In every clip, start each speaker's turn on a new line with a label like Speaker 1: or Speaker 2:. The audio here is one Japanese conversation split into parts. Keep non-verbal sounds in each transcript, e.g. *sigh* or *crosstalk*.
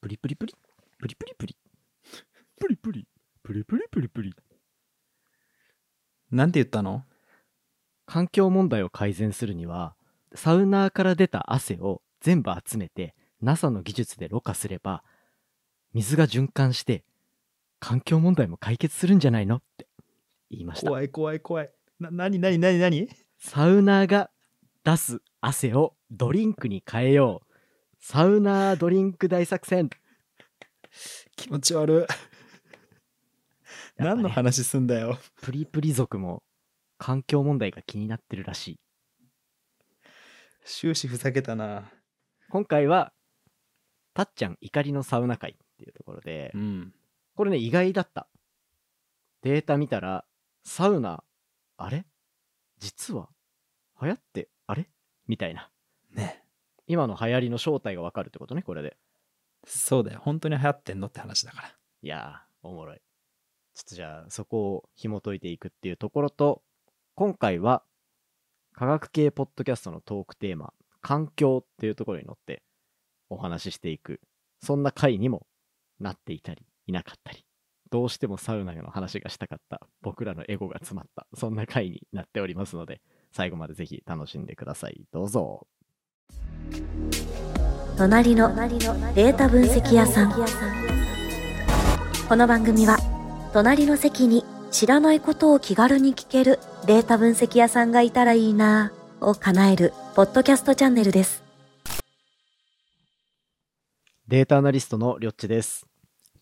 Speaker 1: プリプリプリ。プリプリプリ。プリプリ。プリプリプリプリ。なんて言ったの
Speaker 2: 環境問題を改善するにはサウナーから出た汗を全部集めて NASA の技術でろ過すれば水が循環して環境問題も解決するんじゃないのって言いました
Speaker 1: 怖い怖い怖い。な、なになになになに
Speaker 2: サウナーが出す汗をドリンクに変えようサウナードリンク大作戦
Speaker 1: 気持ち悪い。
Speaker 2: やっぱね
Speaker 1: 何の話すんだよ。
Speaker 2: プリプリ族も環境問題が気になってるらしい
Speaker 1: 終始ふざけたな。
Speaker 2: 今回は「たっちゃん怒りのサウナ会」っていうところで
Speaker 1: うん。
Speaker 2: これね意外だったデータ見たらサウナあれ実は流行ってあれみたいな
Speaker 1: ね。
Speaker 2: 今の流行りの正体がわかるってことねこれで
Speaker 1: そうだよ。本当に流行ってんのって話だから。
Speaker 2: いやーおもろいちょっとじゃあそこを紐解いていくっていうところと今回は科学系ポッドキャストのトークテーマ「環境」っていうところに乗ってお話ししていくそんな回にもなっていたりいなかったりどうしてもサウナの話がしたかった僕らのエゴが詰まったそんな回になっておりますので最後までぜひ楽しんでくださいどうぞ
Speaker 3: 隣のデータ分析屋さんこの番組は隣の席に知らないことを気軽に聞けるデータ分析屋さんがいたらいいなぁを叶えるポッドキャストチャンネルです
Speaker 2: データアナリストのりょっちです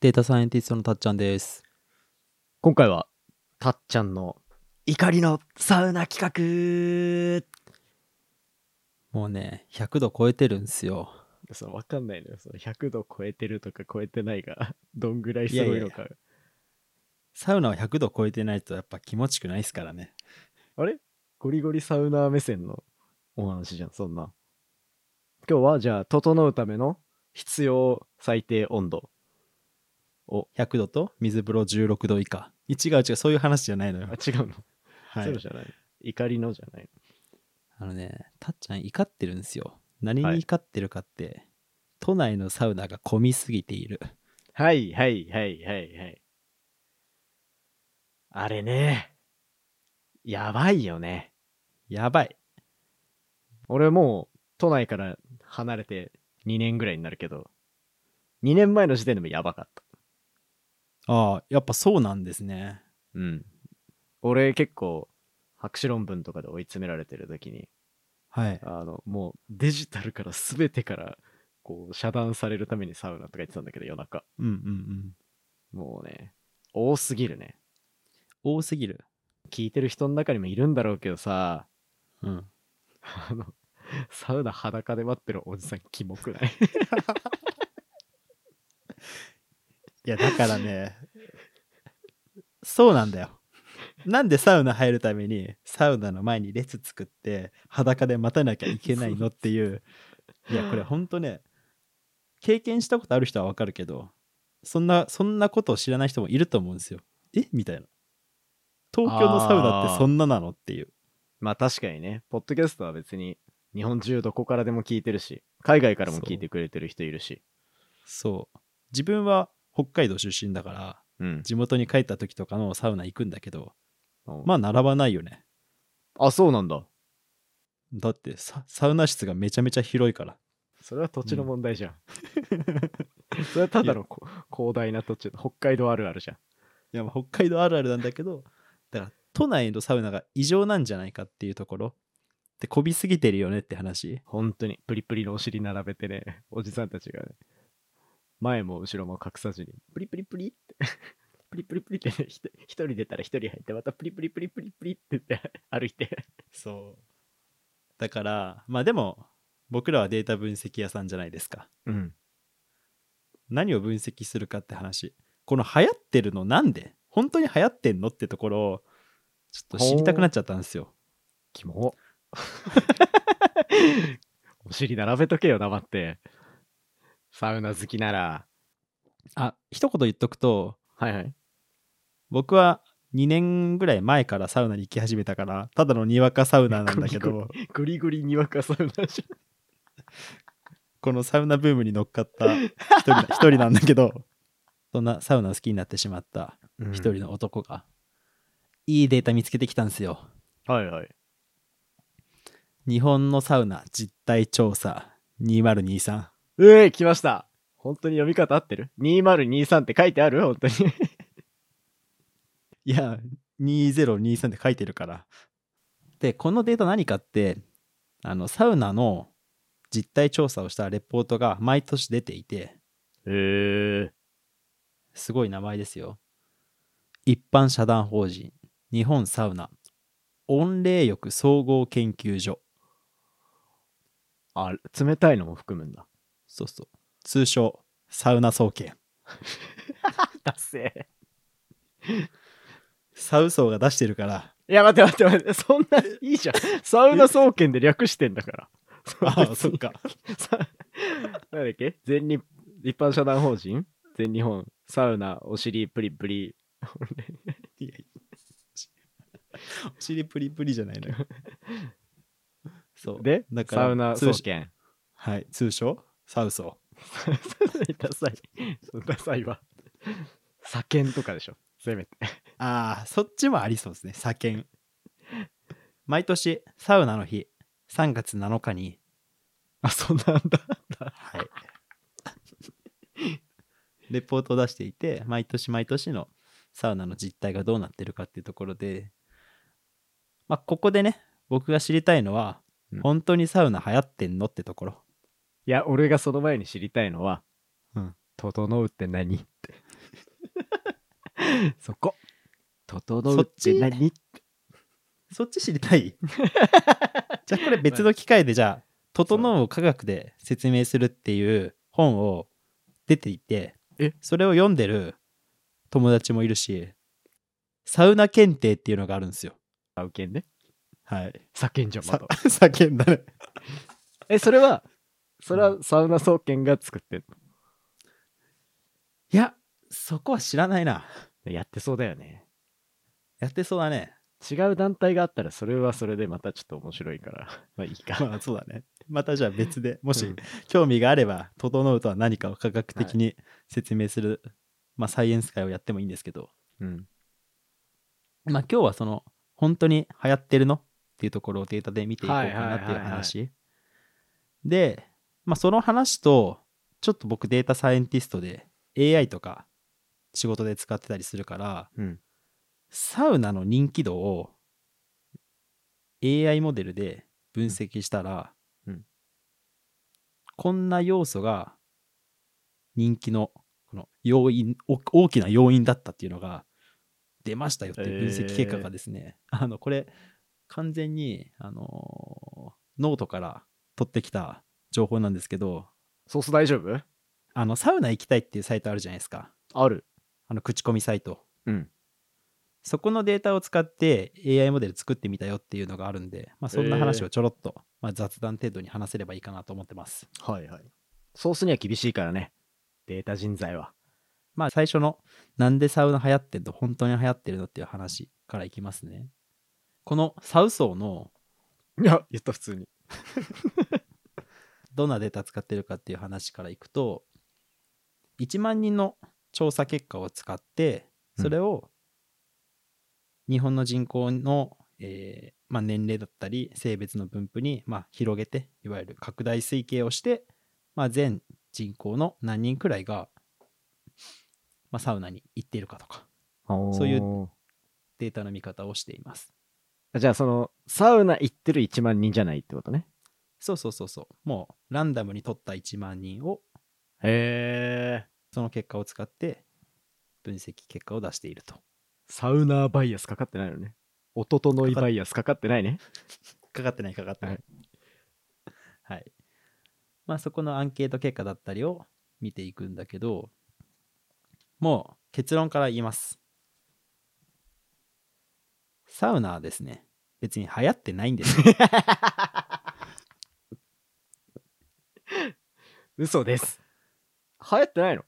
Speaker 1: データサイエンティストのたっちゃんです。
Speaker 2: 今回はたっちゃんの怒りのサウナ企
Speaker 1: もうね、100度超えてるんすよ。
Speaker 2: 画その分かんないのよその100度超えてるとか超えてないが *laughs* どんぐらいすごいのか
Speaker 1: サウナは100度超えてないとやっぱ気持ちくないですからね。
Speaker 2: あれゴリゴリサウナー目線のお話じゃんそんな今日はじゃあ整うための必要最低温度を
Speaker 1: 100度と水風呂16度以下。違う違う、そういう話じゃないのよ
Speaker 2: あ。違うの、
Speaker 1: は
Speaker 2: そう
Speaker 1: い。
Speaker 2: じゃない怒りのじゃない
Speaker 1: あのね、たっちゃん怒ってるんですよ。何
Speaker 2: は
Speaker 1: に
Speaker 2: い
Speaker 1: 怒ってるかって、都内のサウナが混みすぎている。
Speaker 2: はいはいはいはいはい。あれね。やばいよね。
Speaker 1: やばい。
Speaker 2: 俺もう都内から離れて2年ぐらいになるけど、2年前の時点でもやばかった。
Speaker 1: ああ、やっぱそうなんですね。
Speaker 2: うん。俺結構博士論文とかで追い詰められてる時に、
Speaker 1: はい。
Speaker 2: あの、もうデジタルから全てからこう遮断されるためにサウナとか言ってたんだけど夜中。
Speaker 1: うんうんうん。
Speaker 2: もうね、多すぎるね。
Speaker 1: 多すぎる。
Speaker 2: 聞いてる人の中にもいるんだろうけどさ、
Speaker 1: うん。
Speaker 2: あの、サウナ裸で待ってるおじさん、キモくない
Speaker 1: いや、だからね、そうなんだよ。なんでサウナ入るためにサウナの前に列作って裸で待たなきゃいけないのっていう。いや、これほんとね、経験したことある人はわかるけど、そんな、そんなことを知らない人もいると思うんですよ。えみたいな。東京のサウナってそんななのっていう。
Speaker 2: *laughs* まあ確かにね、ポッドキャストは別に日本中どこからでも聞いてるし、海外からも聞いてくれてる人いるし、
Speaker 1: そう。自分は北海道出身だから、
Speaker 2: うん。
Speaker 1: 地元に帰った時とかのサウナ行くんだけど、
Speaker 2: ま
Speaker 1: まあ並ばないよね。
Speaker 2: あ、そうなんだ。
Speaker 1: だってササウナ室がめちゃめちゃ広いから
Speaker 2: それは土地の問題じゃん。 *laughs* それはただのこ広大な土地、北海道あるあるじゃん。
Speaker 1: いやまあ北海道あるあるなんだけどだから都内のサウナが異常なんじゃないかっていうところでこびすぎてるよねって話
Speaker 2: 本当に、プリプリのお尻並べてね、 *laughs* おじさんたちがね、前も後ろも隠さずに、プリプリプリって、 *laughs* プリプリプリって、ね、ひと一人出たら一人入って、またプリプリプリプリプリって言って歩いて。
Speaker 1: そうだからまあでも僕らはデータ分析屋さんじゃないですか
Speaker 2: うん。
Speaker 1: 何を分析するかって話この流行ってるのなんで本当に流行ってんのってところをちょっと知りたくなっちゃったんですよ
Speaker 2: キモ。 *laughs* お尻並べとけよ、黙って。サウナ好きなら。
Speaker 1: あ一言言っとくと
Speaker 2: はいはい。
Speaker 1: 僕は2年ぐらい前からサウナに行き始めたからただのにわかサウナーなんだけど
Speaker 2: グリグリにわかサウナじ
Speaker 1: このサウナブームに乗っかった一人な一人なんだけど、そんなサウナ好きになってしまった
Speaker 2: うん
Speaker 1: 一人の男が、いいデータ見つけてきたんですよ。
Speaker 2: はいはい。
Speaker 1: 日本のサウナ実態調査2023。
Speaker 2: うえ来ました。本当に読み方合ってる ?2023 って書いてある本当に。
Speaker 1: いや、2023って書いてるから。で、このデータ何かって、あの、サウナの実態調査をしたレポートが毎年出ていて、
Speaker 2: *laughs* へえ。
Speaker 1: すごい名前ですよ。一般社団法人、日本サウナ、温冷浴総合研究所。
Speaker 2: あ、冷たいのも含むんだ。
Speaker 1: そうそう。通称、サウナ総研。
Speaker 2: 達成。
Speaker 1: サウソーが出して
Speaker 2: *laughs*
Speaker 1: るから、
Speaker 2: いや、待って待って待って。そんな、いいじゃん。サウナ総研で略してんだから。
Speaker 1: ああ、そっか。
Speaker 2: さ *laughs* なんだっけ全日一般社団法人全日本サウナお尻プリプリ
Speaker 1: いや *laughs* お尻プリプリじゃないのよ。そう。
Speaker 2: で
Speaker 1: だから
Speaker 2: サウナ総
Speaker 1: 通
Speaker 2: 研
Speaker 1: はい、通称、サウソ
Speaker 2: *laughs* ダサいダサいわ左研とかでしょせめて
Speaker 1: ー。ああ、そっちもありそうですね、左見。毎年、サウナの日、3月7日に、
Speaker 2: あそうなんだ
Speaker 1: はい。 *laughs* レポートを出していて、毎年毎年のサウナの実態がどうなってるかっていうところで、まあ、ここでね、僕が知りたいのは
Speaker 2: うん、
Speaker 1: 本当にサウナ流行ってんのってところ。
Speaker 2: いや俺がその前に知りたいのは
Speaker 1: うん
Speaker 2: 「整うって何?」って *laughs* そこ「整う
Speaker 1: そ
Speaker 2: っ
Speaker 1: っち
Speaker 2: て何?」
Speaker 1: そっち知り
Speaker 2: *laughs*
Speaker 1: たい *laughs* じゃあこれ別の機会でじゃあ「整うを科学で説明する」っていう本を出ていて
Speaker 2: え
Speaker 1: それを読んでる友達もいるしサウナ検定っていうのがあるんですよ
Speaker 2: あ受けんね
Speaker 1: はい
Speaker 2: 左研じ
Speaker 1: *laughs*
Speaker 2: ゃんまた
Speaker 1: 叫んだね
Speaker 2: えそれはそれはサウナ総研が作ってん
Speaker 1: いやそこは知らないな
Speaker 2: のやってそうだよね
Speaker 1: やってそうだね
Speaker 2: 違う団体があったらそれはそれでまたちょっと面白いから *laughs* まあいいか、
Speaker 1: *laughs* まあそうだねまたじゃあ別でも
Speaker 2: う
Speaker 1: し
Speaker 2: ん
Speaker 1: 興味があれば「整う」とは何かを科学的に説明する、まあサイエンス会をやってもいいんですけど
Speaker 2: うん、
Speaker 1: まあ今日はその本当に流行ってるのっていうところをデータで見ていこうかなって
Speaker 2: はいいうはいはいは
Speaker 1: 話で、まあ、その話とちょっと僕データサイエンティストで AI とか仕事で使ってたりするから
Speaker 2: うん、
Speaker 1: サウナの人気度を AI モデルで分析したら、
Speaker 2: うんうん
Speaker 1: こんな要素が人気のこの要因お大きな要因だったっていうのが出ましたよっていう分析結果がですね、 *laughs* あのこれ完全に、あのーノートから取ってきた情報なんですけど
Speaker 2: ソース大丈夫
Speaker 1: あのサウナ行きたいっていうサイトあるじゃないですか
Speaker 2: ある
Speaker 1: あの口コミサイト
Speaker 2: うん
Speaker 1: そこのデータを使って AI モデル作ってみたよっていうのがあるんで、まあ、そんな話をちょろっと、まあ、雑談程度に話せればいいかなと思ってます。
Speaker 2: はいはいソースには厳しいからねデータ人材は
Speaker 1: まあ最初のなんでサウナ流行ってんの本当に流行ってるのっていう話からいきますね。このサウソーの
Speaker 2: いや言った普通に
Speaker 1: どんなデータ使ってるかっていう話からいくと1万人の調査結果を使ってそれを日本の人口の、えーまあ、年齢だったり性別の分布に、まあ、広げていわゆる拡大推計をして、まあ、全人口の何人くらいが、まあ、サウナに行っているかとか
Speaker 2: そう
Speaker 1: いうデータの見方をしています。
Speaker 2: じゃあそのサウナ行ってる1万人じゃないってことね
Speaker 1: そうそうそうそうもうランダムに取った1万人を
Speaker 2: へえ
Speaker 1: その結果を使って分析結果を出していると。
Speaker 2: サウナーバイアスかかってないのねおととのいバイアスかかってないね
Speaker 1: かかってないかかってない。はい。まあそこのアンケート結果だったりを見ていくんだけど、もう結論から言います。サウナはですね、別に流行ってないんです
Speaker 2: *laughs*
Speaker 1: よ。
Speaker 2: 嘘です流行ってないの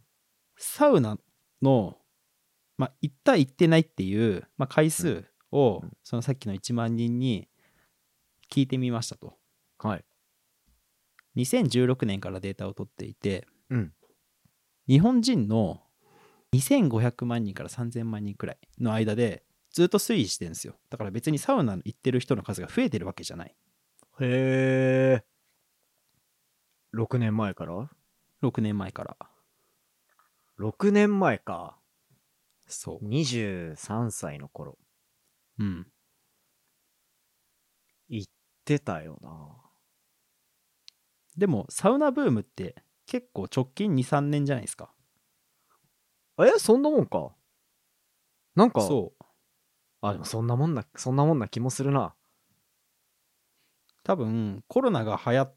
Speaker 1: サウナの、まあ、行った行ってないっていう、まあ、回数を、
Speaker 2: うん
Speaker 1: そのさっきの1万人に聞いてみましたと。
Speaker 2: はい
Speaker 1: 2016年からデータを取っていて
Speaker 2: うん。
Speaker 1: 日本人の2500万人から3000万人くらいの間でずっと推移してるんですよだから別にサウナ行ってる人の数が増えてるわけじゃない
Speaker 2: へえ。6年前から
Speaker 1: 6年前から
Speaker 2: ?6 年前か。
Speaker 1: そ
Speaker 2: 23歳の頃。
Speaker 1: ううん
Speaker 2: 行ってたよな。
Speaker 1: でもサウナブームって結構直近23年じゃないですか
Speaker 2: えそんなもんかなんか
Speaker 1: そう
Speaker 2: あでもそんなもんなそんなもんな気もするな
Speaker 1: 多分コロナが流行っ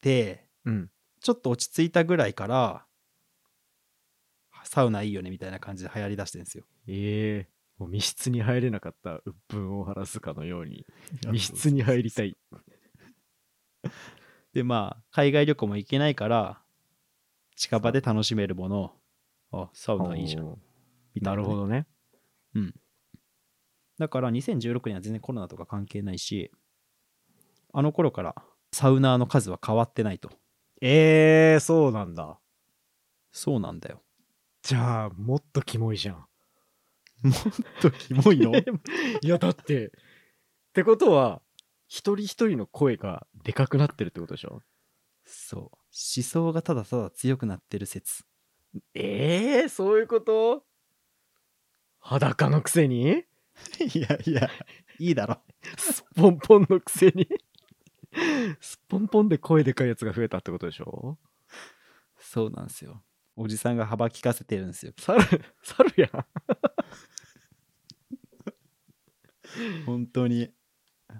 Speaker 1: て
Speaker 2: うん
Speaker 1: ちょっと落ち着いたぐらいからサウナいいよねみたいな感じで流行りだしてるん
Speaker 2: *laughs*
Speaker 1: ですよ
Speaker 2: ええもう密室に入れなかった鬱憤を晴らすかのように密室に入りたい
Speaker 1: でまあ海外旅行も行けないから近場で楽しめるものをあサウナいいじゃん
Speaker 2: おー
Speaker 1: みたい
Speaker 2: なるほどね
Speaker 1: だから2016年は全然コロナとか関係ないしあの頃からサウナーの数は変わってないと
Speaker 2: ええそうなんだ
Speaker 1: そうなんだよ *laughs*
Speaker 2: じゃあもっとキモいじゃん
Speaker 1: とキモい *laughs* の
Speaker 2: いやだってってことは一人一人の声がでかくなってるってことでしょ
Speaker 1: そう思想がただただ強くなってる説
Speaker 2: ええそういうこと裸のくせに
Speaker 1: *laughs* いやいやいいだろ
Speaker 2: スポンポンのくせにスポンポンで声でかいやつが増えたってことでしょ
Speaker 1: そうなんですよおじさんが幅利かせてるんですよ
Speaker 2: 猿猿やん
Speaker 1: 本当にま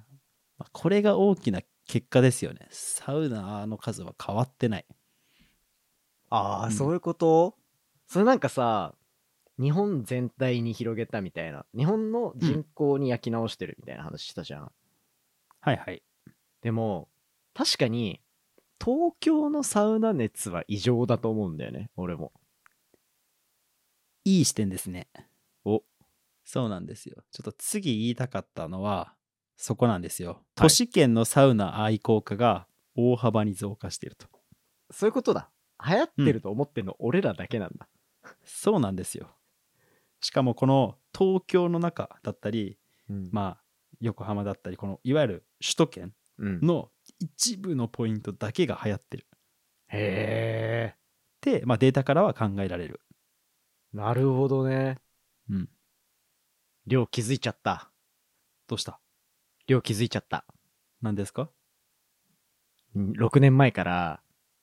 Speaker 1: あこれが大きな結果ですよねサウナーの数は変わってない
Speaker 2: あ
Speaker 1: ー
Speaker 2: そういうことそれなんかさ日本全体に広げたみたいな日本の人口に焼き直してるみたいな話したじゃん、
Speaker 1: はいはい
Speaker 2: でも確かに東京のサウナ熱は異常だと思うんだよね俺も
Speaker 1: いい視点ですね
Speaker 2: お
Speaker 1: そうなんですよちょっと次言いたかったのはそこなんですよ
Speaker 2: はい
Speaker 1: 都市圏のサウナ愛好家が大幅に増加していると
Speaker 2: そういうことだ流行ってると思ってんの俺らだけなんだ、
Speaker 1: そうなんですよしかもこの東京の中だったり
Speaker 2: ま
Speaker 1: まあ横浜だったりこのいわゆる首都圏
Speaker 2: うん
Speaker 1: の一部のポイントだけが流行ってるっ
Speaker 2: へえ
Speaker 1: て、まあ、データからは考えられる
Speaker 2: なるほどね
Speaker 1: うん
Speaker 2: りょう気づいちゃった
Speaker 1: どうした
Speaker 2: りょう気づいちゃった
Speaker 1: 何ですか
Speaker 2: 6年前から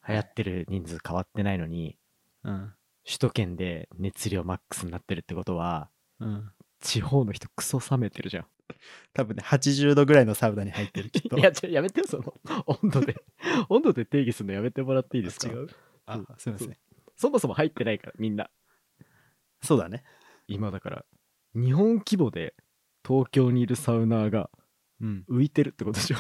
Speaker 2: 流行ってる人数変わってないのに
Speaker 1: うん
Speaker 2: 首都圏で熱量マックスになってるってことは
Speaker 1: うん
Speaker 2: 地方の人クソ冷めてるじゃん
Speaker 1: 多分ね80度ぐらいのサウナに入ってるきっと *laughs*
Speaker 2: いやちょやめてよその温度で *laughs* 温度で定義するのやめてもらっていいですか
Speaker 1: 違うあ
Speaker 2: うん
Speaker 1: すいません
Speaker 2: そもそも入ってないからみんな
Speaker 1: そうだね
Speaker 2: 今だから日本規模で東京にいるサウナーが
Speaker 1: うん
Speaker 2: 浮いてるってことでしょ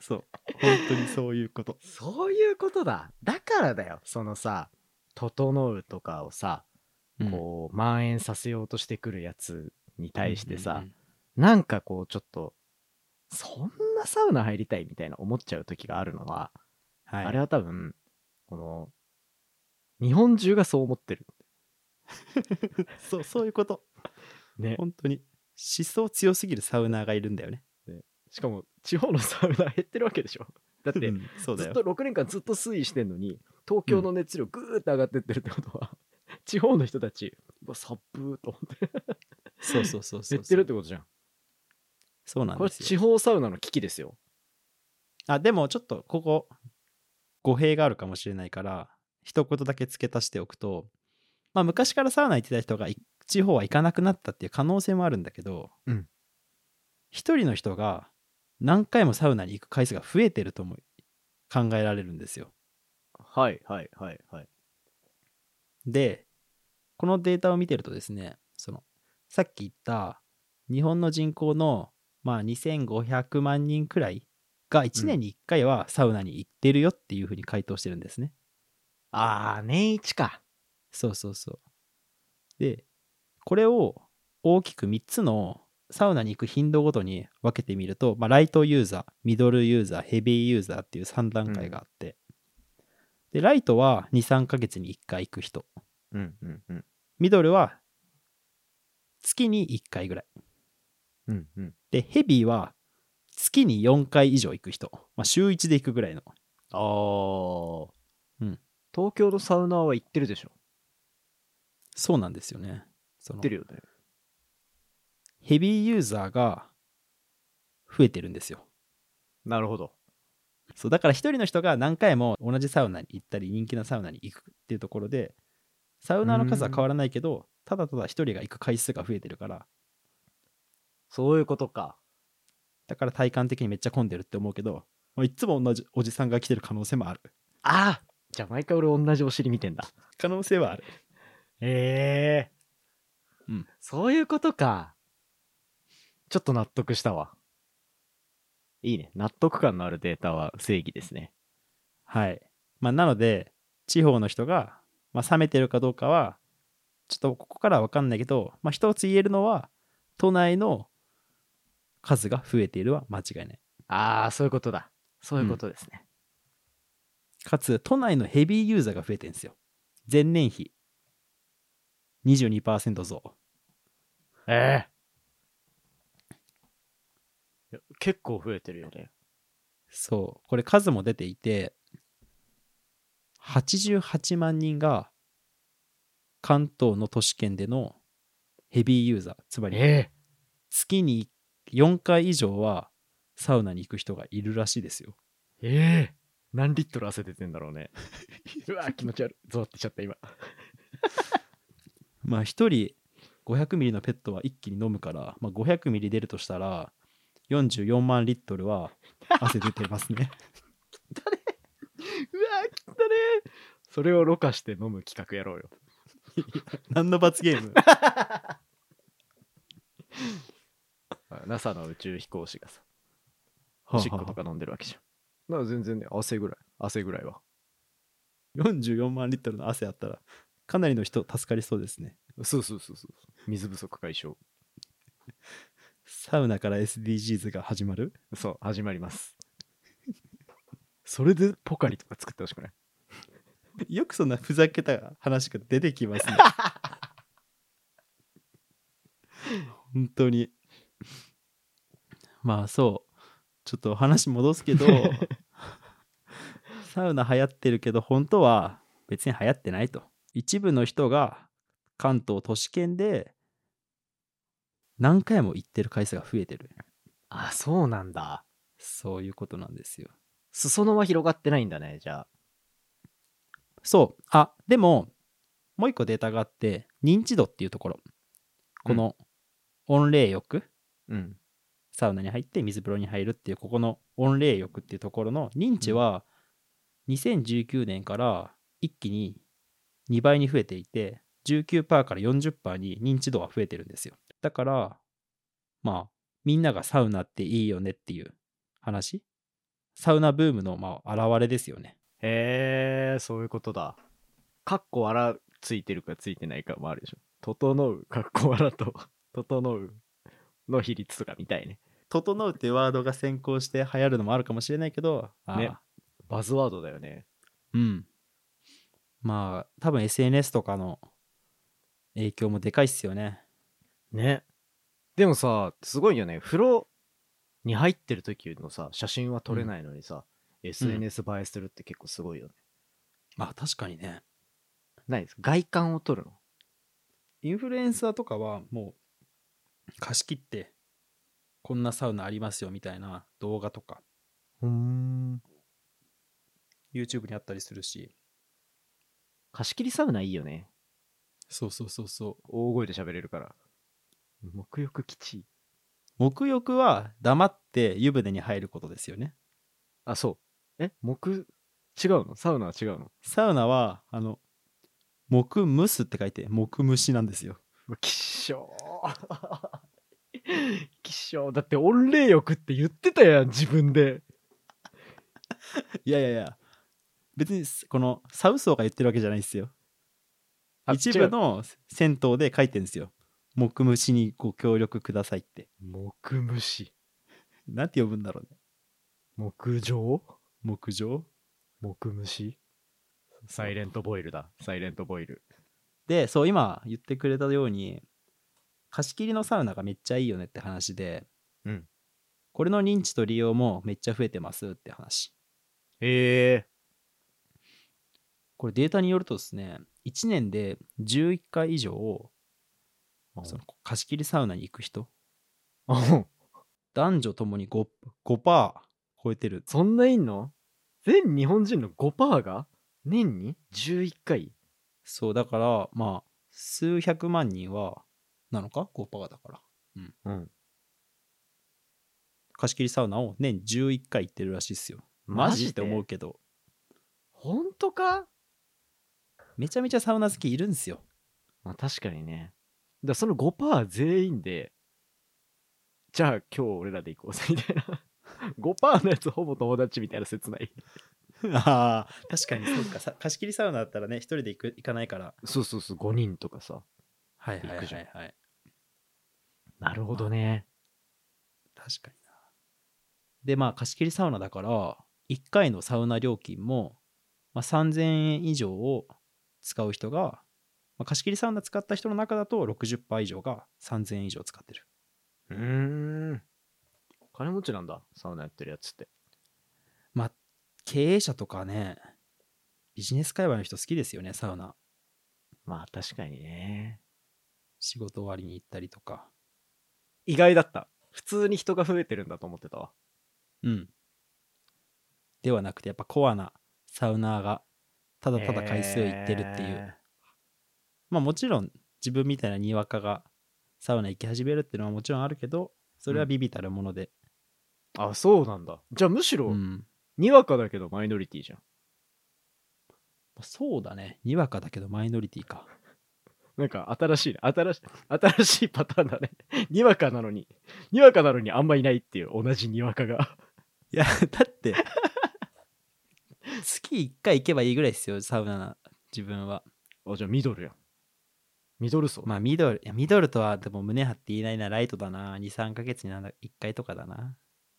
Speaker 1: そう本当にそういうこと
Speaker 2: *laughs* そういうことだだからだよそのさ「整う」とかをさ
Speaker 1: こ
Speaker 2: こう蔓延させようとしてくるやつに
Speaker 1: う
Speaker 2: 対してさ、
Speaker 1: うんうん
Speaker 2: なんかこうちょっとそんなサウナ入りたいみたいな思っちゃう時があるのは、
Speaker 1: はい、
Speaker 2: あれは多分この日本中がそう思ってる
Speaker 1: そうそういうこと
Speaker 2: ね
Speaker 1: 本当に思想強すぎるサウナーがいるんだよね
Speaker 2: しかも地方のサウナ減ってるわけで
Speaker 1: *laughs*
Speaker 2: しょだって、
Speaker 1: うんそうだ
Speaker 2: ずっ
Speaker 1: よ
Speaker 2: と6年間ずっと推移してんのに東京の熱量ぐーって上がってってるってことは、 *laughs* 地方の人たちうわサップーと思って
Speaker 1: そうそうそうそう
Speaker 2: 減ってるってことじゃん
Speaker 1: そうなん
Speaker 2: こ
Speaker 1: で
Speaker 2: れ
Speaker 1: すよ
Speaker 2: 地方サウナの危機ですよ
Speaker 1: あでもちょっとここ語弊があるかもしれないから一言だけ付け足しておくと、まあ、昔からサウナ行ってた人がい地方は行かなくなったっていう可能性もあるんだけど
Speaker 2: うん
Speaker 1: 一、人の人が何回もサウナに行く回数が増えてるとも考えられるんですよ。
Speaker 2: はいはいはいはい
Speaker 1: でこのデータを見てるとですねそのさっき言った日本の人口の、まあ、2500万人くらいが1年に1回はサウナに行ってるよっていうふうに回答してるんですね。
Speaker 2: ああ年一か
Speaker 1: そうそうそう。でこれを大きく3つのサウナに行く頻度ごとに分けてみると、まあ、ライトユーザー、ミドルユーザー、ヘビーユーザーっていう3段階があって、で、ライトは2、3ヶ月に1回行く人、
Speaker 2: うんうんうん
Speaker 1: ミドルは月に1回ぐらい。
Speaker 2: うんうん
Speaker 1: で、ヘビーは月に4回以上行く人、まあ、週1で行くぐらいの。
Speaker 2: あー
Speaker 1: うん
Speaker 2: 東京のサウナーは行ってるでしょ
Speaker 1: そうなんですよね。そ
Speaker 2: 行
Speaker 1: の
Speaker 2: ってるよね
Speaker 1: ヘビーユーザーが増えてるんですよ。
Speaker 2: なるほど
Speaker 1: そうだから一人の人が何回も同じサウナに行ったり人気なサウナに行くっていうところでサウナーの数は変わらないけどただただ一人が行く回数が増えてるから
Speaker 2: そういうことか
Speaker 1: だから体感的にめっちゃ混んでるって思うけど、まあ、いつも同じおじさんが来てる可能性もある
Speaker 2: ああじゃあ毎回俺同じお尻見てんだ
Speaker 1: 可能性はある
Speaker 2: ええ
Speaker 1: うん
Speaker 2: そういうことかちょっと納得したわいいね納得感のあるデータは正義ですね
Speaker 1: はい、まあ、なので地方の人が、まあ、冷めてるかどうかはちょっとここからは分かんないけど、まあ、一つ言えるのは都内の数が増えているは間違いない
Speaker 2: ああそういうことだそういうことですね、
Speaker 1: かつ都内のヘビーユーザーが増えてるんですよ前年比22%増
Speaker 2: ええ結構増えてるよね
Speaker 1: そうこれ数も出ていて88万人が関東の都市圏でのヘビーユーザーつまり
Speaker 2: え
Speaker 1: 月に4回以上はサウナに行く人がいるらしいですよ
Speaker 2: えええ何リットル汗出てんだろうね *laughs* うわ気持ち悪いゾワってしちゃった今
Speaker 1: まあ一人500ミリのペットは一気に飲むから、まあ、500ミリ出るとしたら44万リットルは汗出てますね
Speaker 2: うわー切ったねーそれをろ過して飲む企画やろうよ
Speaker 1: *laughs* 何の罰ゲー *laughs* ム
Speaker 2: あ NASA の宇宙飛行士がさ
Speaker 1: はあはあ
Speaker 2: おしっことか飲んでるわけじゃんだから全然ね汗ぐらい汗ぐらいは
Speaker 1: 44万リットルの汗あったらかなりの人助かりそうですね
Speaker 2: そうそうそうそう水不足解消
Speaker 1: サウナから SDGs が始まる
Speaker 2: そう始まります *laughs* それでポカリとか作ってほしくない
Speaker 1: よくそんなふざけた話が出てきますね本当にまあそうちょっと話戻すけどサウナ流行ってるけど本当は別に流行ってないと一部の人が関東都市圏で何回も行ってる回数が増えてる
Speaker 2: あそうなんだ
Speaker 1: そういうことなんですよ
Speaker 2: 裾野は広がってないんだねじゃあ
Speaker 1: そう。あ、でも、もう一個データがあって、認知度っていうところ。この、温冷浴、
Speaker 2: うん
Speaker 1: サウナに入って水風呂に入るっていう、ここの温冷浴っていうところの認知は、2019年から一気に2倍に増えていて、19%から40%に認知度は増えてるんですよ。だから、まあ、みんながサウナっていいよねっていう話。サウナブームの、まあ、現れですよね。
Speaker 2: へえそういうことだかっこわらついてるかついてないかもあるでしょ整うかっこわらと *laughs* 整うの比率とかみたいね
Speaker 1: 整うってワードが先行して流行るのもあるかもしれないけど、あー
Speaker 2: ねバズワードだよね
Speaker 1: うん。まあ、多分 SNS とかの影響もでかいっすよね。
Speaker 2: ねでもさすごいよね風呂に入ってる時のさ写真は撮れないのにさ、SNS 映えするって結構すごいよね、
Speaker 1: まあ、確かにね。
Speaker 2: ないです外観を撮るの
Speaker 1: インフルエンサーとかはもう貸し切って、こんなサウナありますよみたいな動画とか、
Speaker 2: うん
Speaker 1: YouTube にあったりするし。
Speaker 2: 貸し切りサウナいいよね
Speaker 1: そうそうそうそう。
Speaker 2: 大声で喋れるから沐浴基地
Speaker 1: 沐浴は黙って湯船に入ることですよね。
Speaker 2: あそうえ沐違うのサウナは違うの
Speaker 1: サウナは、あの、沐蒸すって書いて、沐蒸しなんですよ。
Speaker 2: うわきっしょー *laughs* きっしょーだって温冷浴って言ってたやん自分で
Speaker 1: いやいやいや、別にすこのサウソーが言ってるわけじゃないですよ。
Speaker 2: あ
Speaker 1: 一
Speaker 2: 違
Speaker 1: 部
Speaker 2: う
Speaker 1: の銭湯で書いてるんですよ。黙虫にご協力くださいって。
Speaker 2: 木虫。
Speaker 1: なんて呼ぶんだろうね。
Speaker 2: 木上
Speaker 1: 木上
Speaker 2: 木虫サイレントボイルだ。サイレントボイル。
Speaker 1: で、そう、今言ってくれたように、貸し切りのサウナがめっちゃいいよねって話で、
Speaker 2: うん
Speaker 1: これの認知と利用もめっちゃ増えてますって話。
Speaker 2: ええ
Speaker 1: これデータによるとですね、1年で11回以上、その貸し切りサウナに行く人、
Speaker 2: あ
Speaker 1: 男女ともに 5%, 5%超えてる。
Speaker 2: そんないんの全日本人の5%が年に11回
Speaker 1: そう、だから、まあ、数百万人は、なのか ?5% だから。
Speaker 2: うん。
Speaker 1: 貸し切りサウナを年11回行ってるらしいっすよ。マジって思うけど、
Speaker 2: 本当か
Speaker 1: めちゃめちゃサウナ好きいるんですよ。
Speaker 2: まあ確かにね。だからその5%全員で、じゃあ今日俺らで行こうぜみたいな。5%のやつほぼ友達みたいな切ない。
Speaker 1: ああ、 *laughs* 確かにそうか。さ貸し切りサウナだったらね、一人で行く行かないから。
Speaker 2: そうそうそう、5人とかさ。
Speaker 1: はい
Speaker 2: はいはいはい
Speaker 1: はい。
Speaker 2: なるほどね。
Speaker 1: 確かにな。で、まあ、貸し切りサウナだから、1回のサウナ料金も、まあ、3000円以上を使う人が、まあ、貸し切りサウナ使った人の中だと60%以上が3000円以上使ってる。
Speaker 2: うーん。金持ちなんだ、サウナやってるやつって。
Speaker 1: まあ、経営者とかね、ビジネス界隈の人好きですよね、サウナ。
Speaker 2: まあ確かにね。
Speaker 1: 仕事終わりに行ったりとか。
Speaker 2: 意外だった。普通に人が増えてるんだと思ってたわ。
Speaker 1: うん。ではなくて、やっぱコアなサウナーが、ただただ回数行ってるっていう。
Speaker 2: え
Speaker 1: まあもちろん、自分みたいなにわかがサウナ行き始めるっていうのはもちろんあるけど、それはビビたるもので。
Speaker 2: ーあ、そうなんだ。じゃあむし
Speaker 1: う
Speaker 2: ろ、
Speaker 1: ん。
Speaker 2: にわかだけどマイノリティじゃん。
Speaker 1: そうだね。にわかだけどマイノリティか。
Speaker 2: なんか新しいね、新しい、新しいパターンだね。 *laughs* にわかなのに、にわかなのにあんまいないっていう同じにわかが。
Speaker 1: いや、だって、 *laughs* 月1回行けばいいぐらいですよ、サウナな、自分は。
Speaker 2: あ、じゃあミドルやん。ミドル層。
Speaker 1: まあミドル、いやミドルとはでも胸張って言えないな、ライトだな。2、3ヶ月になんだ1回とかだな。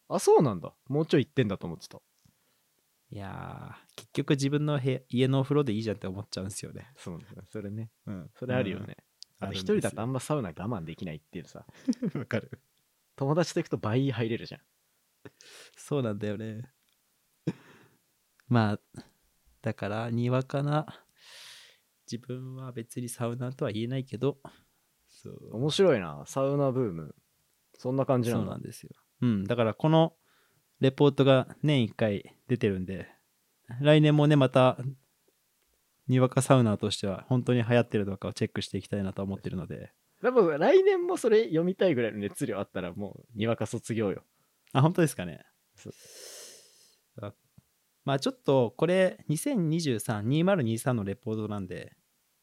Speaker 2: あ、そうなんだ。もうちょい行ってんだと思ってた。
Speaker 1: いやー、結局自分の部屋家のお風呂でいいじゃんって思っちゃうんですよね。
Speaker 2: そうなんだ。それね。
Speaker 1: うん、
Speaker 2: それあるよね。あ
Speaker 1: あ
Speaker 2: と
Speaker 1: る
Speaker 2: 一
Speaker 1: んですよ
Speaker 2: 人だとあんまサウナ我慢できないっていうさ、
Speaker 1: *laughs* わかる。
Speaker 2: 友達と行くと倍入れるじゃん。
Speaker 1: そうなんだよね。 *laughs* まあ、だから、にわかな、自分は別にサウナーとは言えないけど、そう
Speaker 2: 面白いな。サウナブーム。そんな感じな
Speaker 1: そうんな
Speaker 2: だ。
Speaker 1: んですよ。うん、だからこのレポートが年1回出てるんで、来年もね、また、にわかサウナーとしては本当に流行ってるのかをチェックしていきたいなと思ってるので、
Speaker 2: でも来年もそれ読みたいぐらいの熱量あったらもうにわか卒業よ。
Speaker 1: あ、本当ですかね
Speaker 2: そ。
Speaker 1: あまあちょっとこれ2023、2023のレポートなんで、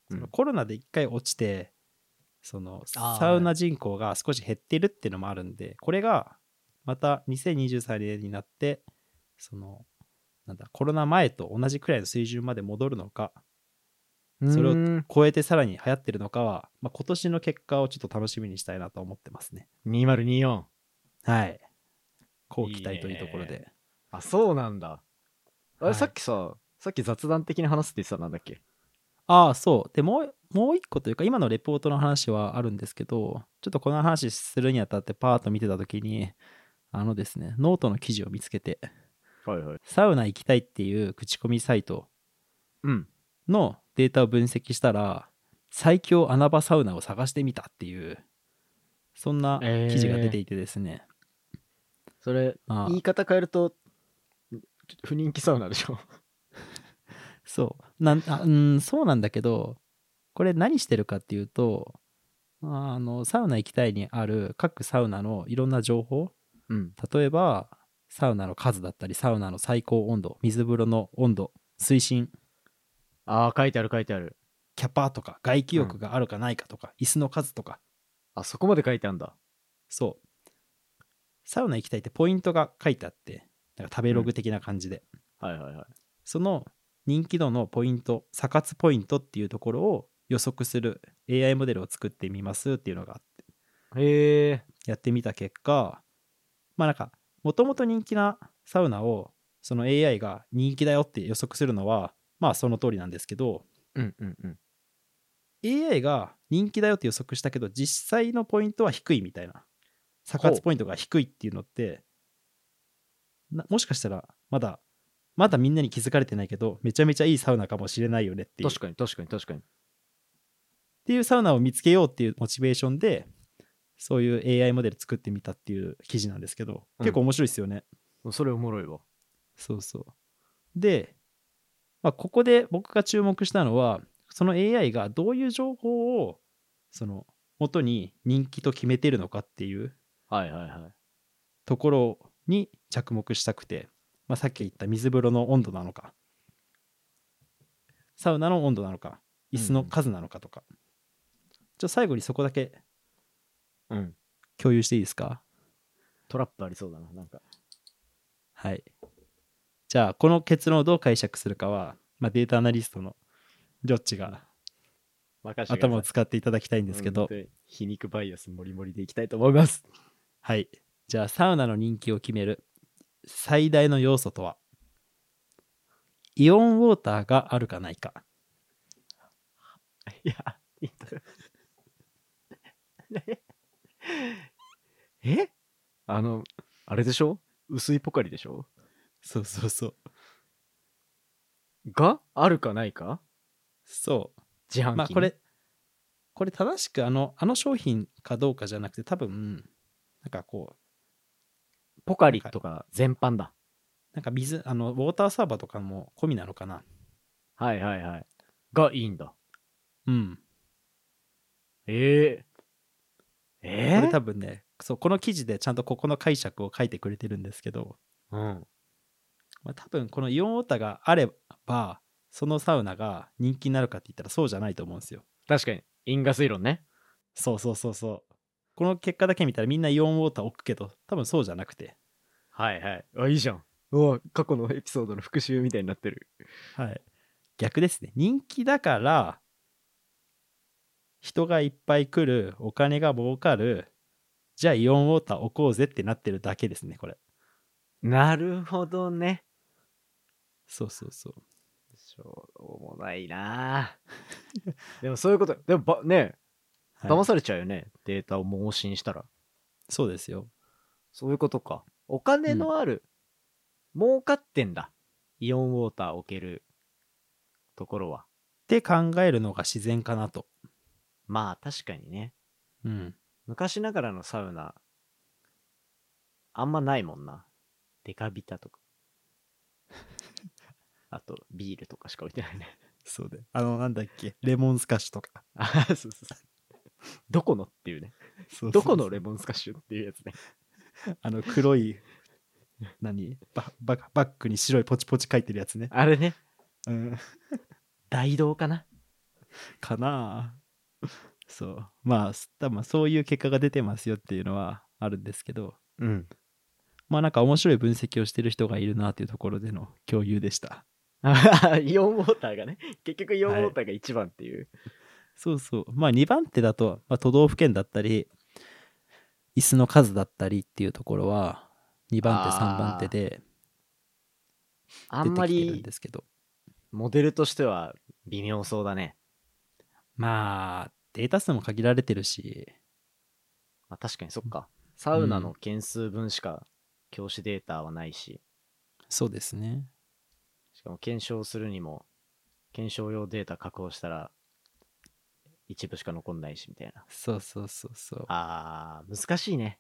Speaker 2: うん
Speaker 1: そのコロナで一回落ちて、その
Speaker 2: あー
Speaker 1: サウナ人口が少し減ってるっていうのもあるんで、これがまた2023年になって、その、なんだ、コロナ前と同じくらいの水準まで戻るのか、それを
Speaker 2: うーん
Speaker 1: 超えてさらに流行ってるのかは、まあ、今年の結果をちょっと楽しみにしたいなと思ってますね。
Speaker 2: 2024。
Speaker 1: はい。こう期待というところで。
Speaker 2: いいねあ、そうなんだ。あれ、
Speaker 1: はい
Speaker 2: さっきさ、さっき雑談的に話すって言ってたなんだっけ
Speaker 1: ああ、そう。でもう、もう一個というか、今のレポートの話はあるんですけど、ちょっとこの話するにあたってパーッと見てたときに、あのですね、ノートの記事を見つけて、
Speaker 2: はいはい。
Speaker 1: サウナ行きたいっていう口コミサイト
Speaker 2: うん。
Speaker 1: のデータを分析したら、最強穴場サウナを探してみたっていう、そんな記事が出ていてですね。
Speaker 2: それ、
Speaker 1: まあ
Speaker 2: 言い方変えると、不人気サウナでしょ。
Speaker 1: そうなんあうんそうなんだけどこれ何してるかっていうとあのサウナ行きたいにある各サウナのいろんな情報
Speaker 2: *laughs* うん。
Speaker 1: 例えばサウナの数だったりサウナの最高温度水風呂の温度水深
Speaker 2: ああ、書いてある書いてある。
Speaker 1: キャパとか外気浴があるかないかとか、椅子の数とか
Speaker 2: あ、そこまで書いてあるんだ。
Speaker 1: そうサウナ行きたいってポイントが書いてあってなんか食べログ的な感じで、
Speaker 2: はいはいはい。
Speaker 1: その人気度のポイント、サ活ポイントっていうところを予測する AI モデルを作ってみますっていうのがあって
Speaker 2: へえ。
Speaker 1: やってみた結果まあなんかもともと人気なサウナをその AI が人気だよって予測するのはまあその通りなんですけど
Speaker 2: うんうんうん。
Speaker 1: AI が人気だよって予測したけど実際のポイントは低いみたいな差
Speaker 2: ほ
Speaker 1: 活
Speaker 2: う
Speaker 1: ポイントが低いっていうのってなもしかしたらまだまだみんなに気づかれてないけどめちゃめちゃいいサウナかもしれないよねっていう
Speaker 2: 確かに確かに確かに。
Speaker 1: っていうサウナを見つけようっていうモチベーションでそういう AI モデル作ってみたっていう記事なんですけど
Speaker 2: うん
Speaker 1: 結構面白いですよね、
Speaker 2: それおもろいわ。
Speaker 1: そうそうで、まあ、ここで僕が注目したのはその AI がどういう情報をその元に人気と決めてるのかっていう
Speaker 2: はいはいはい。
Speaker 1: ところに着目したくて、まあ、さっき言った水風呂の温度なのかサウナの温度なのか椅子の数なのかとか、ちょ最後にそこだけ
Speaker 2: うん。
Speaker 1: 共有していいですか
Speaker 2: トラップありそうだな、なんか。
Speaker 1: はいじゃあこの結論をどう解釈するかは、まあ、データアナリストのジョッジが
Speaker 2: 任せてください
Speaker 1: 頭を使っていただきたいんですけ
Speaker 2: うん
Speaker 1: ど、
Speaker 2: で皮肉バイアスもりもりでいきたいと思います。
Speaker 1: はいじゃあサウナの人気を決める最大の要素とはイオンウォーターがあるかないか
Speaker 2: いや、いい *laughs* えあの、あれでしょ薄いポカリでしょ
Speaker 1: そうそうそう
Speaker 2: があるかないか
Speaker 1: そ
Speaker 2: 自販機
Speaker 1: う
Speaker 2: に。
Speaker 1: まあこれこれ正しくあのあの商品かどうかじゃなくて多分なんかこう
Speaker 2: ポカリとか全般だ。
Speaker 1: なんか水あのウォーターサーバーとかも込みなのかな
Speaker 2: はいはいはい。がいいんだ。
Speaker 1: うん
Speaker 2: えええ
Speaker 1: これ
Speaker 2: え
Speaker 1: 多分ねそうこの記事でちゃんとここの解釈を書いてくれてるんですけど、
Speaker 2: うん。
Speaker 1: まあ、多分このイオンオタがあればそのサウナが人気になるかって言ったらそうじゃないと思うんですよ
Speaker 2: 確かに。因果推論ね。
Speaker 1: そうそうそうそうこの結果だけ見たらみんなイオンウォーター置くけど多分そうじゃなくて
Speaker 2: はいはい。あ、いいじゃん。うわ、過去のエピソードの復習みたいになってる。
Speaker 1: はい逆ですね人気だから人がいっぱい来るお金が儲かるじゃあイオンウォーター置こうぜってなってるだけですねこれ
Speaker 2: なるほどね。
Speaker 1: そうそうそう
Speaker 2: しょうもないなぁでもそういうことでもばね
Speaker 1: はい
Speaker 2: 騙されちゃうよね、データを盲信したら
Speaker 1: そうですよ
Speaker 2: そういうことかお金のある、儲かってんだイオンウォーター置けるところは
Speaker 1: って考えるのが自然かなと
Speaker 2: まあ確かにね
Speaker 1: うん
Speaker 2: 昔ながらのサウナあんまないもんなデカビタ
Speaker 1: *laughs*
Speaker 2: とかあとビールとかしか置いてないね
Speaker 1: そうであのなんだっけレモンスカッシュと *laughs* か
Speaker 2: あ *laughs* そうそうそうどこのっていうねどこのレモンスカッシュっていうやつね
Speaker 1: あの黒い何バババッグに白いポチポチ書いてるやつね、
Speaker 2: あれね
Speaker 1: うん、
Speaker 2: 大道かな
Speaker 1: かなあそうまあす多分そういう結果が出てますよっていうのはあるんですけど
Speaker 2: うん。
Speaker 1: まあなんか面白い分析をしてる人がいるなっていうところでの共有でした
Speaker 2: *laughs* イオンウォーターがね、結局イオンウォーターが一番っていう。
Speaker 1: そうそうまあ2番手だと、まあ、都道府県だったり椅子の数だったりっていうところは2番手
Speaker 2: あー
Speaker 1: 3番手で
Speaker 2: あんま
Speaker 1: 出てきてるん
Speaker 2: り
Speaker 1: ですけど
Speaker 2: モデルとしては微妙そうだね。
Speaker 1: まあデータ数も限られてるし
Speaker 2: まあ、確かにそっか。サウナの件数分しか教師データはないし、
Speaker 1: そうですね
Speaker 2: しかも検証するにも、検証用データ確保したら、一部しか残んないしみたいな。
Speaker 1: そうそうそうそう
Speaker 2: あー、難しいね。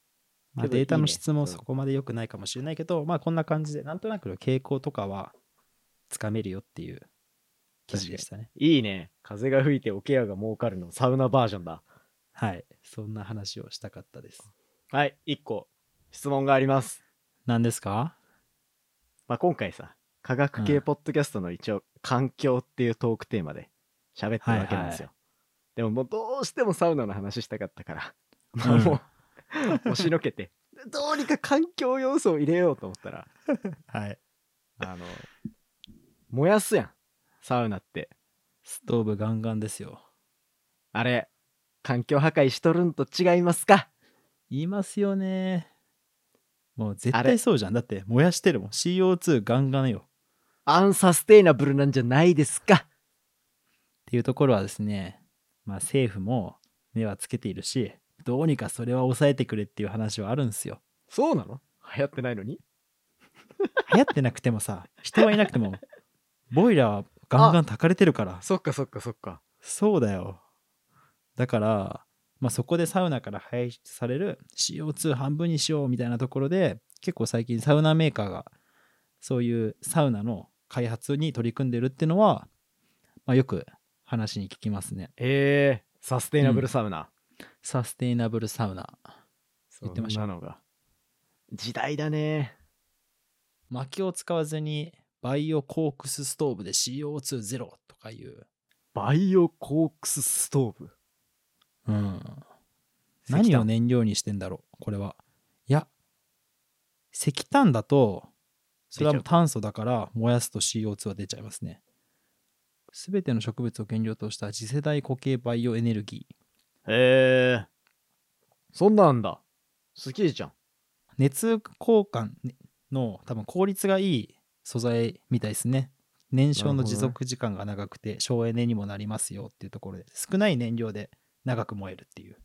Speaker 1: まあ、
Speaker 2: けど
Speaker 1: データ
Speaker 2: いい
Speaker 1: の
Speaker 2: ね
Speaker 1: 質も
Speaker 2: うん
Speaker 1: そこまで良くないかもしれないけど、まあこんな感じで、なんとなくの傾向とかはつかめるよっていう記事でしたね。
Speaker 2: いいね。風が吹いておケアが儲かるのサウナバージョンだ。
Speaker 1: はい。そんな話をしたかったです。
Speaker 2: はい、一個質問があります。
Speaker 1: 何ですか
Speaker 2: まあ、今回さ科学
Speaker 1: う
Speaker 2: 系
Speaker 1: ん
Speaker 2: ポッドキャストの一応「環境」っていうトークテーマで喋ってるわけなんですよ、でももうどうしてもサウナの話したかったから、まあ
Speaker 1: うん
Speaker 2: もう *laughs* 押しのけてどうにか環境要素を入れようと思ったら
Speaker 1: はい。
Speaker 2: あの燃やすやんサウナって
Speaker 1: ストーブガンガンですよ。
Speaker 2: あれ、環境破壊しとるんと違いますか
Speaker 1: 言いますよね。もう絶
Speaker 2: あ
Speaker 1: 対
Speaker 2: れ
Speaker 1: そうじゃん。だって燃やしてるもん。CO2 ガンガンよ。っ
Speaker 2: アンサステイナブルなんじゃないですか
Speaker 1: ていうところはですね、まあ政府も目はつけているし、どうにかそれは抑えてくれっていう話はあるんですよ。
Speaker 2: そうなの流行ってないのに
Speaker 1: 流行ってなくてもさ、人はいなくても、ボイラーはガンガン焚かれてるから。
Speaker 2: そっかそっかそっか。
Speaker 1: そうだよ。だから、まあ、そこでサウナから排出される CO2 半分にしようみたいなところで結構最近サウナメーカーがそういうサウナの開発に取り組んでるっていうのは、まあ、よく話に聞きますね。
Speaker 2: えー、サステイナブルサウナ。
Speaker 1: サステイナブルサウナ。言ってました
Speaker 2: そんなのが。時代だね。
Speaker 1: 薪を使わずにバイオコークスストーブで CO2 ゼロとかいう。
Speaker 2: バイオコークスストーブ。
Speaker 1: うん。何を燃料にしてんだろうこれはいや石炭だとそれはもう
Speaker 2: 出ち
Speaker 1: 炭素だから燃やすと CO2 は出ちゃいますね全ての植物を原料とした次世代固形バイオエネルギー
Speaker 2: へえー。そんなんだ。すげえじゃん。
Speaker 1: 熱交換の多分効率がいい素材みたいですね燃焼の持続時間が長くて省エネにもなりますよっていうところで少ない燃料で長く燃えるっていう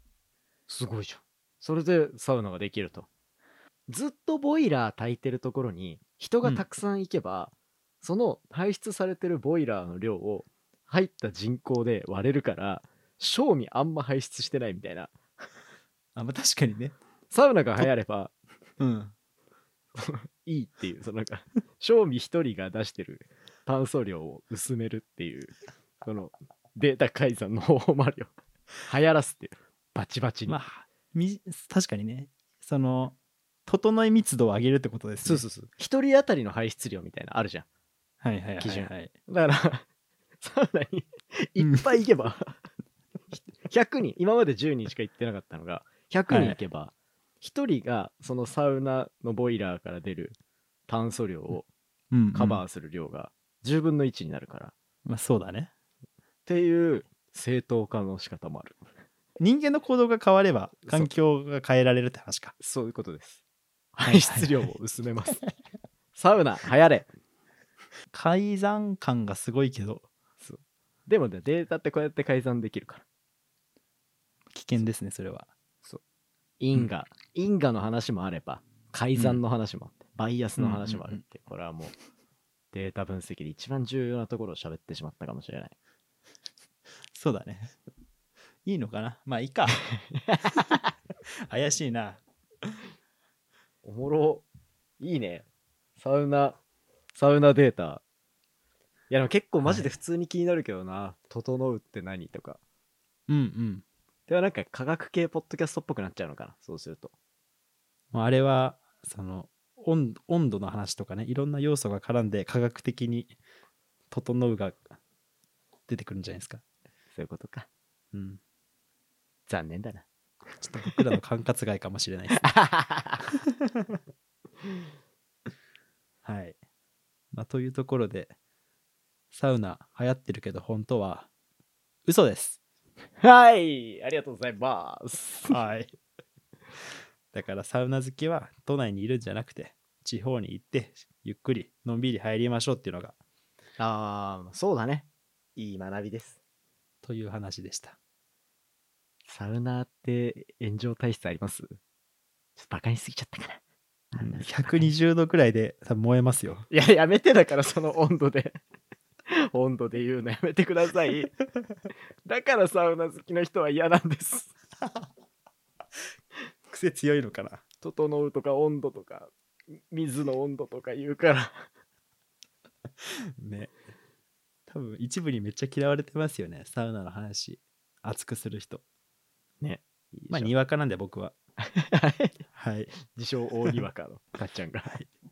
Speaker 2: すごいじゃん。それでサウナができると。ずっとボイラー炊いてるところに人がたくさん行けば、その排出されてるボイラーの量を入った人口で割れるから、賞味あんま排出してないみたいな。
Speaker 1: あまあ確かにね
Speaker 2: サウナが流行れば
Speaker 1: うん
Speaker 2: いいっていう、そのなんか、賞味一人が出してる炭素量を薄めるっていう、そのデータ改ざんの方法もあるよ。流行らせて、バチバチに。
Speaker 1: まあ、み確かにね、その、整い密度を上げるってことです、ね。
Speaker 2: そうそうそう。一人当たりの排出量みたいなのあるじゃん。
Speaker 1: はいはいはい、はい。
Speaker 2: 基準だから、サウナにいっぱい行けば、100人、今まで10人しか行ってなかったのが、100人行けば、1人がそのサウナのボイラーから出る炭素量を
Speaker 1: うんうん、
Speaker 2: カバーする量が10分の1になるから、っ
Speaker 1: まあ、そうだね。
Speaker 2: ていう正当化の仕方もある。
Speaker 1: 人間の行動が変われば、環境が変えられるって話か。
Speaker 2: そういうことです。
Speaker 1: はい
Speaker 2: 排出量を薄めます。 *laughs* サウナ、流行れ。
Speaker 1: 改ざん感がすごいけど、
Speaker 2: でもね、データってこうやって改ざんできるから。
Speaker 1: 危険ですね、それは。
Speaker 2: 因果、因果の話もあれば改ざんの話もあって、バイアスの話もあるって、これはもうデータ分析で一番重要なところを喋ってしまったかもしれない
Speaker 1: そうだね。いいのかなまあ、いい
Speaker 2: *laughs*
Speaker 1: か。怪しいな。
Speaker 2: おもろいいねサウナサウナデータいやでも結構マジで普通に気になるけどな「整うって何?」とか
Speaker 1: うんうん。
Speaker 2: ではなんか科学系ポッドキャストっぽくなっちゃうのかなそうすると
Speaker 1: もうあれは、その、温温度の話とかね、いろんな要素が絡んで、科学的に、整うが出てくるんじゃないですか。
Speaker 2: そういうことか
Speaker 1: うん。
Speaker 2: 残念だ *laughs* な
Speaker 1: ちょっと僕らの管轄外かもしれないですね。 *laughs* はい。まあ、というところで、サウナ流行ってるけど本当は嘘です。
Speaker 2: はいありがとうございます
Speaker 1: *laughs* はい。だからサウナ好きは都内にいるんじゃなくて、地方に行ってゆっくりのんびり入りましょうっていうのが
Speaker 2: *laughs* ああそうだねいい学びです
Speaker 1: という話でした。
Speaker 2: サウナーって炎上体質ありますちょっとバカにしすぎちゃったかな。
Speaker 1: *laughs* 120度くらいで多分燃えますよ。
Speaker 2: いや、やめてだから、その温度で。 *laughs* 温度で言うのやめてくださ *laughs* い。だからサウナ好きの人は嫌なんです。
Speaker 1: *laughs* 癖強いのかな。
Speaker 2: 整うとか温度とか、水の温度とか言うから。
Speaker 1: ね。多分一部にめっちゃ嫌われてますよね。サウナの話。熱くする人。まあ、にわかなんで僕 *laughs* は。はい。
Speaker 2: 自称大にわかの、かっちゃんが。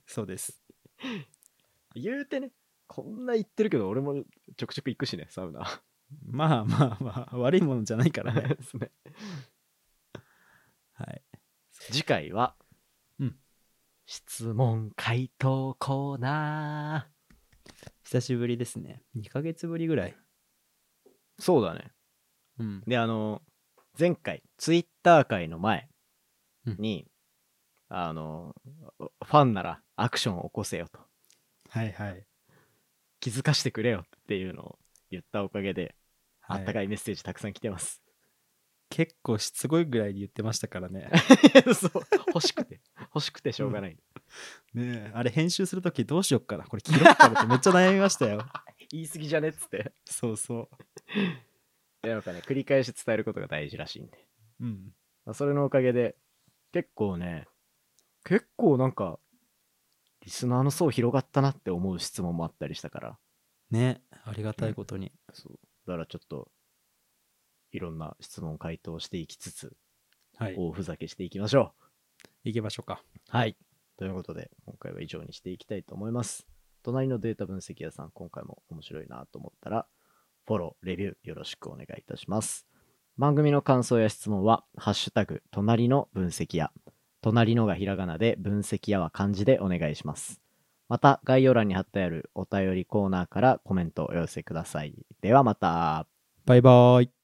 Speaker 1: そうです。
Speaker 2: *laughs* 言うてね、こんな言ってるけど、俺もちょくちょく行くしね、サウナ。
Speaker 1: まあまあまあ、悪いものじゃないからね。
Speaker 2: ですね
Speaker 1: はい。
Speaker 2: *laughs* 次回は、
Speaker 1: うん
Speaker 2: 質問回答コーナ
Speaker 1: 久しぶりですね。2ヶ月ぶりぐらい。
Speaker 2: ーそうだね
Speaker 1: うん。
Speaker 2: であの前回ツイッター界の前に、あのファンならアクションを起こせよと
Speaker 1: はいはい。
Speaker 2: 気づかしてくれよっていうのを言ったおかげで、あったか
Speaker 1: い。
Speaker 2: いメッセージたくさん来てます。
Speaker 1: 結構しつこいぐらいに言ってましたから *laughs* ね。
Speaker 2: *laughs* そう欲しくて欲しくてしょうがない、
Speaker 1: ねえあれ編集するときどうしよっかな。これ切ろっかなってめっちゃ悩みましたよ。
Speaker 2: 言い過ぎじゃねっつって
Speaker 1: そうそ
Speaker 2: やっぱね繰り返し伝えることが大事らしいんで、
Speaker 1: う。うん。
Speaker 2: まあそれのおかげで結構ね結構なんかリスナーの層広がったなって思う質問もあったりしたから
Speaker 1: ねありがたいことに。
Speaker 2: そうだからちょっといろんな質問回答していきつつ
Speaker 1: はい。
Speaker 2: 大ふざけしていきましょ
Speaker 1: 行きましょうか。
Speaker 2: うはいということで今回は以上にしていきたいと思います隣のデータ分析屋さん今回も面白いなと思ったらフォローレビューよろしくお願いいたします番組の感想や質問は「ハッシュタグ隣の分析屋」隣のがひらがなで分析屋は漢字でお願いしますまた概要欄に貼ってあるお便りコーナーからコメントをお寄せくださいではまた
Speaker 1: バイバーイ。